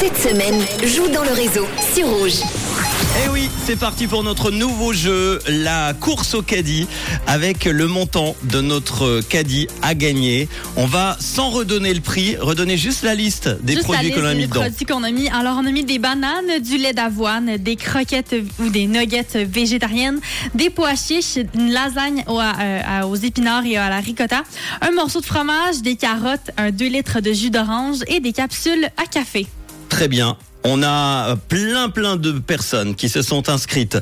Cette semaine, joue dans le réseau sur Rouge. Et Eh oui, c'est parti pour notre nouveau jeu, la course au caddie, avec le montant de notre caddie à gagner. On va, sans redonner le prix, redonner juste la liste des Juste la produits liste qu'on a des mis dedans. produits qu'on a mis. Alors, on a mis des bananes, du lait d'avoine, des croquettes ou des nuggets végétariennes, des pois chiches, une lasagne au- à- euh, à- aux épinards et à la ricotta, un morceau de fromage, des carottes, un 2 litres de jus d'orange et des capsules à café. Très bien. On a plein plein de personnes qui se sont inscrites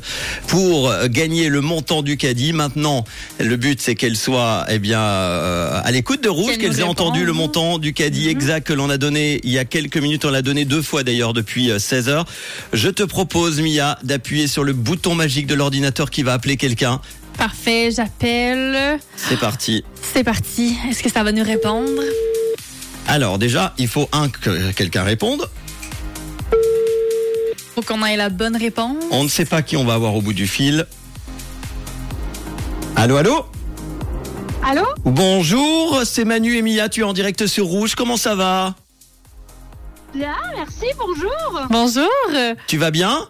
pour gagner le montant du caddie. Maintenant, le but c'est qu'elles soient eh bien euh, à l'écoute de Rouge, Qu'elles qu'elles nous aient entendu répondent. Mm-hmm. le montant du caddie exact que l'on a donné il y a quelques minutes. On l'a donné deux fois d'ailleurs depuis euh, 16 heures. Je te propose Mia d'appuyer sur le bouton magique de l'ordinateur qui va appeler quelqu'un. Parfait, j'appelle. C'est parti. C'est parti. Est-ce que ça va nous répondre? Alors déjà, il faut un que quelqu'un réponde. Faut qu'on ait la bonne réponse. On ne sait pas qui on va avoir au bout du fil. Allô, allô Allô Bonjour, c'est Manu et Mia, tu es en direct sur Rouge, comment ça va Bien, merci, bonjour. Bonjour. Tu vas bien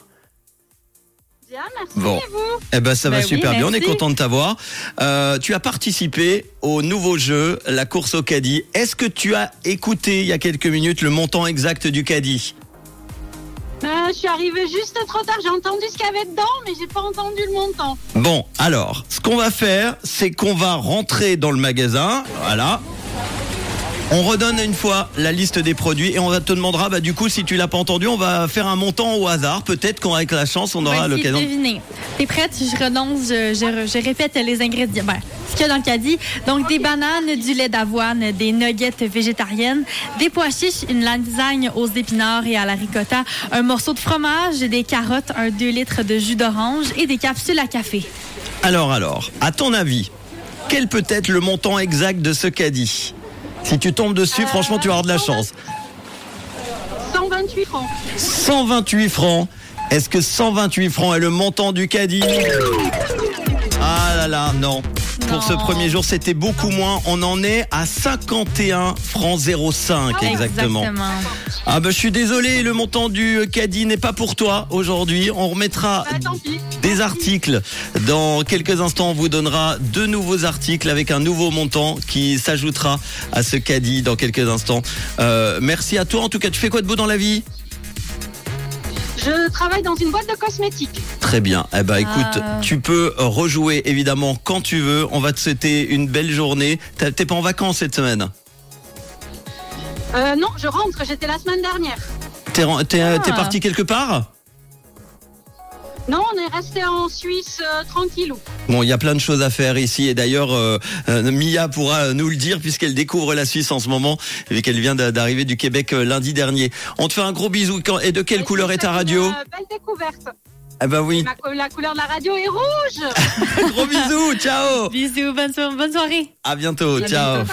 Bien, merci. Bon. Et vous Eh ben ça va Ben oui, super bien, on est merci. content de t'avoir. Euh, tu as participé au nouveau jeu, la course au caddie. Est-ce que tu as écouté il y a quelques minutes le montant exact du caddie Euh, Je suis arrivée juste trop tard. J'ai entendu ce qu'il y avait dedans, mais j'ai pas entendu le montant. Bon, alors, ce qu'on va faire, c'est qu'on va rentrer dans le magasin, voilà. On redonne une fois la liste des produits et on va te demandera, bah, du coup, si tu l'as pas entendu, on va faire un montant au hasard. Peut-être qu'avec la chance, on aura Vas-y, l'occasion. devinez. T'es prête? Je renonce, je, je- je répète les ingrédients. Ben, ce qu'il y a dans le caddie. Donc, des bananes, du lait d'avoine, des nuggets végétariennes, des pois chiches, une lasagne aux épinards et à la ricotta, un morceau de fromage, des carottes, un 2 litres de jus d'orange et des capsules à café. Alors, alors, à ton avis, quel peut être le montant exact de ce caddie Si tu tombes dessus, franchement, tu vas avoir de la chance. 128 francs. 128 francs. Est-ce que 128 francs est le montant du caddie Ah là là, non. Pour ce Non. premier jour, c'était beaucoup moins. On en est à 51 francs 05 exactement. Ah bah je suis désolé, le montant du euh, caddie n'est pas pour toi aujourd'hui. On remettra Bah, tant pis. des articles. Dans quelques instants, on vous donnera deux nouveaux articles avec un nouveau montant qui s'ajoutera à ce caddie dans quelques instants. Euh, merci à toi. En tout cas, tu fais quoi de beau dans la vie Je travaille dans une boîte de cosmétiques. Très bien. Eh ben, écoute, Ah. tu peux rejouer évidemment quand tu veux. On va te souhaiter une belle journée. T'as- T'es pas en vacances cette semaine Euh, non, je rentre. J'étais la semaine dernière. T'es ren- t'es, euh, Ah. t'es parti quelque part Non, on est resté en Suisse euh, tranquillou. Bon, il y a plein de choses à faire ici et d'ailleurs euh, euh, Mia pourra nous le dire puisqu'elle découvre la Suisse en ce moment et qu'elle vient d'a- d'arriver du Québec euh, lundi dernier. On te fait un gros bisou Quand- et de quelle Et couleur je est vous ta souhaite radio une, euh, Belle découverte. Eh ben oui, Ma cou- la couleur de la radio est rouge. gros bisous, ciao. Bisous, bonne, so- bonne soirée. À bientôt, À ciao. bientôt.